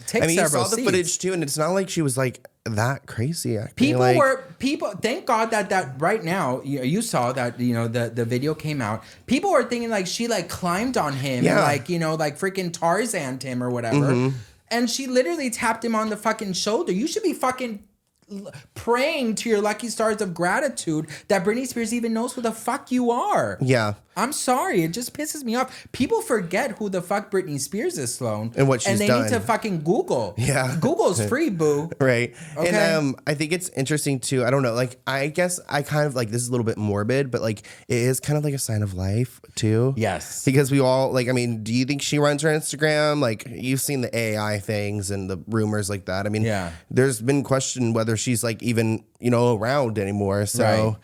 take I mean, you several saw the seats. footage too, and it's not like she was like that crazy. Acting. People like, were people. Thank God that that right now you, you saw that you know the the video came out. People were thinking like she like climbed on him, Yeah. Mm-hmm. and, like you know like freaking Tarzaned him or whatever. And she literally tapped him on the fucking shoulder. You should be fucking l- praying to your lucky stars of gratitude that Britney Spears even knows who the fuck you are. yeah. I'm sorry, it just pisses me off. People forget who the fuck Britney Spears is, Sloan, And what she's and they need to done. fucking Google. Yeah. Google's free, boo. Right. Okay. And um, I think it's interesting too. I don't know. Like, I guess I kind of like this is a little bit morbid, but like it is kind of like a sign of life too. Yes. Because we all like. I mean, do you think she runs her Instagram? Like, you've seen the AI things and the rumors like that. I mean, Yeah. There's been question whether she's like even you know around anymore. So. Right.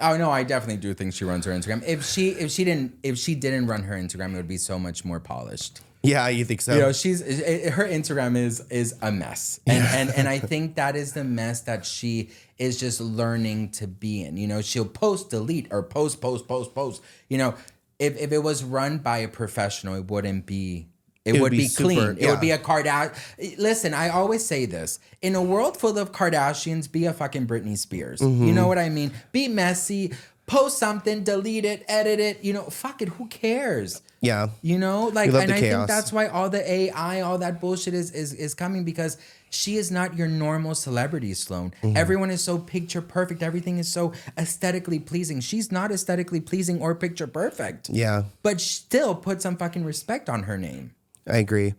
Oh no, I definitely do think she runs her Instagram. If she if she didn't if she didn't run her Instagram, it would be so much more polished. Yeah, you think so? You know, she's i i- her Instagram is is a mess, and and and I think that is the mess that she is just learning to be in. You know, she'll post, delete, or post, post, post, post. You know, if if it was run by a professional, it wouldn't be. It, would would be be, super- clean. It yeah. would be a Kardashian. Listen, I always say this: in a world full of Kardashians, be a fucking Britney Spears. You Mm-hmm. know what I mean? Be messy. Post something, delete it, edit it. You know, fuck it. Who cares? yeah. You know, like, love and the I chaos. think that's why all the AI, all that bullshit is is is coming because she is not your normal celebrity, Sloan. Mm-hmm. Everyone is so picture perfect. Everything is so aesthetically pleasing. She's not aesthetically pleasing or picture perfect. Yeah. But still, put some fucking respect on her name. I agree.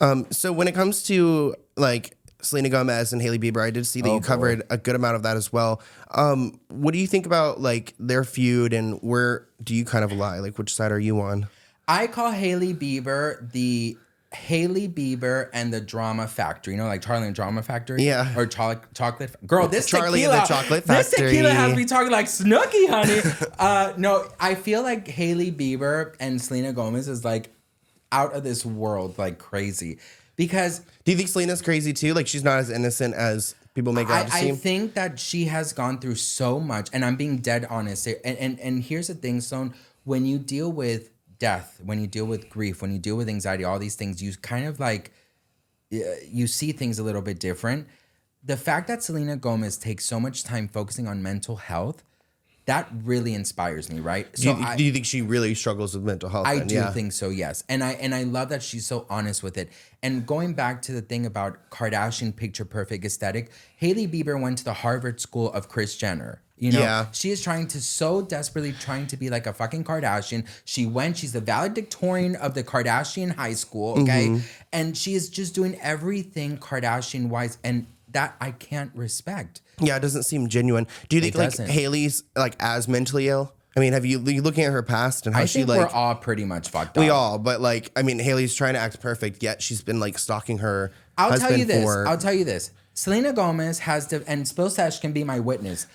Um, so when it comes to like Selena Gomez and Haley Bieber, I did Oh, see that you covered a good amount of that as well. Um, what do you think about like their feud and where do you kind of lie? Like which side are you on? I call Haley Bieber the Haley Bieber and the Drama Factory. You know, like Charlie and the Drama Factory. Yeah. Or cho- Chocolate. Fa- Girl, this Charlie and tequila, the Chocolate This tequila Factory. has me talking like Snooky, honey. uh, no, I feel like Haley Bieber and Selena Gomez is like out of this world, like crazy, because Do you think Selena's crazy too? Like she's not as innocent as people make her out to I, I seem. think that she has gone through so much, and I'm being dead honest. here. And and, and here's the thing, Sloan. When you deal with death, when you deal with grief, when you deal with anxiety, all these things, you kind of like you see things a little bit different. The fact that Selena Gomez takes so much time focusing on mental health, that really inspires me, right? do, So you, I, do you think she really struggles with mental health? I then? do yeah. think so, yes. And I and I love that she's so honest with it. And going back to the thing about Kardashian picture perfect aesthetic, Hailey Bieber went to the Harvard School of Kris Jenner. You know, Yeah. she is trying to so desperately trying to be like a fucking Kardashian. She went, she's the valedictorian of the Kardashian high school, okay? Mm-hmm. And she is just doing everything Kardashian wise and that I can't respect. Yeah, it doesn't seem genuine. Do you think like doesn't. Haley's like as mentally ill? I mean, have you you looking at her past and how I she think like we're all pretty much fucked up. we all, but like I mean, Haley's trying to act perfect, yet she's been like stalking her I'll husband tell you this. for. I'll tell you this. Selena Gomez has, de- and Sposash can be my witness.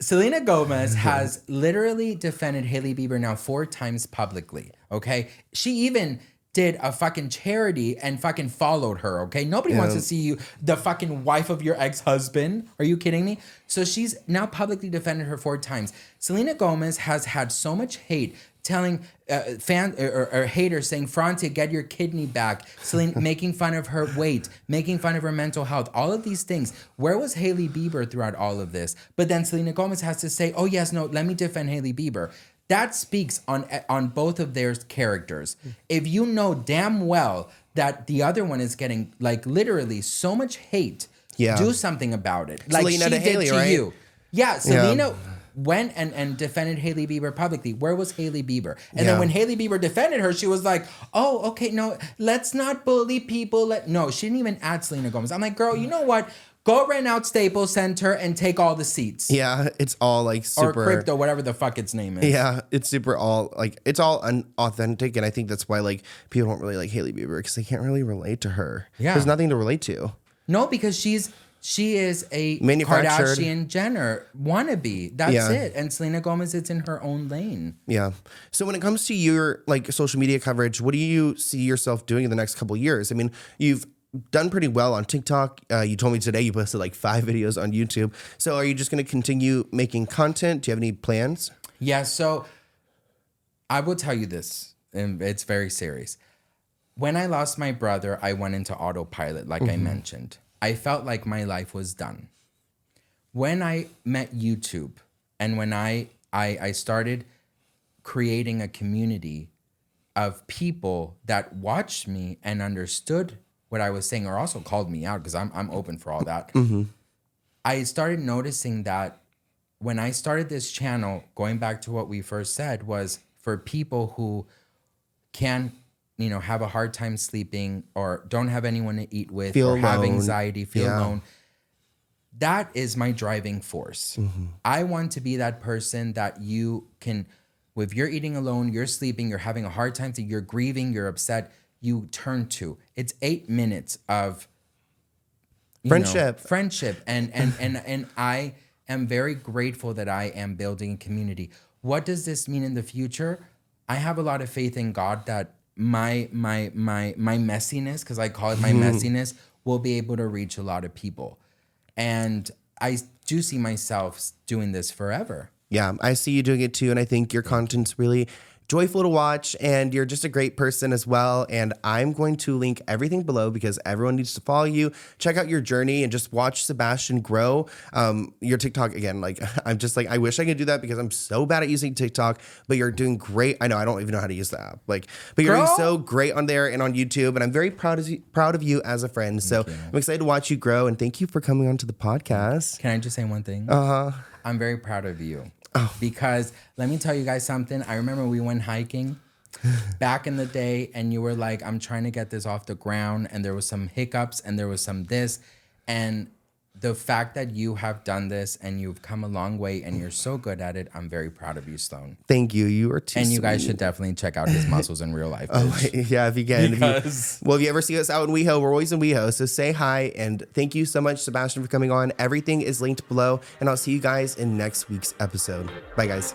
Selena Gomez has literally defended Haley Bieber now four times publicly. Okay, she even did a fucking charity and fucking followed her. Okay, nobody wants to see you, the fucking wife of your ex husband. Are you kidding me? So she's now publicly defended her four times. Selena Gomez has had so much hate telling uh, fan or, or, or haters saying Franti get your kidney back Celine making fun of her weight making fun of her mental health all of these things where was Haley Bieber throughout all of this but then Selena Gomez has to say oh yes no let me defend Haley Bieber that speaks on on both of their characters Mm. if you know damn well that the other one is getting like literally so much hate Yeah. do something about it like Selena to she did Hailey, to right? you yeah, Selena went and, and defended Haley Bieber publicly. Where was Haley Bieber? And Yeah. then when Haley Bieber defended her, she was like, "Oh, okay, no, let's not bully people." Let no, she didn't even add Selena Gomez. I'm like, girl, you know what? Go rent out Staples Center and take all the seats yeah, it's all like or super. crypto, whatever the fuck its name is. Yeah, it's super all like it's all unauthentic, and I think that's why like people don't really like Haley Bieber because they can't really relate to her. Yeah. there's nothing to relate to. No, because she's she is a Manufactured. Kardashian Jenner wannabe. That's Yeah. it. And Selena Gomez, it's in her own lane. Yeah. So when it comes to your like social media coverage, what do you see yourself doing in the next couple years? I mean, you've done pretty well on TikTok. Uh, you told me today you posted like five videos on YouTube. So are you just going to continue making content? Do you have any plans? Yeah, so I will tell you this, and it's very serious. When I lost my brother, I went into autopilot, like I mentioned. I felt like my life was done. When I met YouTube and when I, I, I started creating a community of people that watched me and understood what I was saying or also called me out because I'm, I'm open for all that. I started noticing that when I started this channel, going back to what we first said, was for people who can, you know, have a hard time sleeping or don't have anyone to eat with Feel or have alone. anxiety, feel Yeah. alone. That is my driving force. Mm-hmm. I want to be that person that you can, if you're eating alone, you're sleeping, you're having a hard time, you're grieving, you're upset, you turn to. It's eight minutes of you know, Friendship. friendship and and and and i am very grateful that i am building a community what does this mean in the future i have a lot of faith in god that my my my my messiness because i call it my messiness will be able to reach a lot of people and i do see myself doing this forever Yeah, I see you doing it too. And I think your content's really joyful to watch. And you're just a great person as well. And I'm going to link everything below because everyone needs to follow you. Check out your journey and just watch Sebastian grow. Um, your TikTok, again, like I'm just like, I wish I could do that because I'm so bad at using TikTok, but you're doing great. I know I don't even know how to use the app. Like, but you're doing Girl. so great on there and on YouTube. And I'm very proud of you, proud of you as a friend. So I'm excited to watch you grow. And thank you for coming onto the podcast. Can I just say one thing? Uh huh. I'm very proud of you because let me tell you guys something. I remember we went hiking back in the day, and you were like, "I'm trying to get this off the ground," and there was some hiccups, and there was some this, and the fact that you have done this and you've come a long way and you're so good at it, I'm very proud of you, Sloan. Thank you. You are too. And you guys should definitely check out his muscles in real life. bitch. sweet. yeah, if you can. If you, Because- well, if you ever see us out in WeHo, we're always in WeHo. So say hi and thank you so much, Sebastian, for coming on. Everything is linked below, and I'll see you guys in next week's episode. Bye, guys.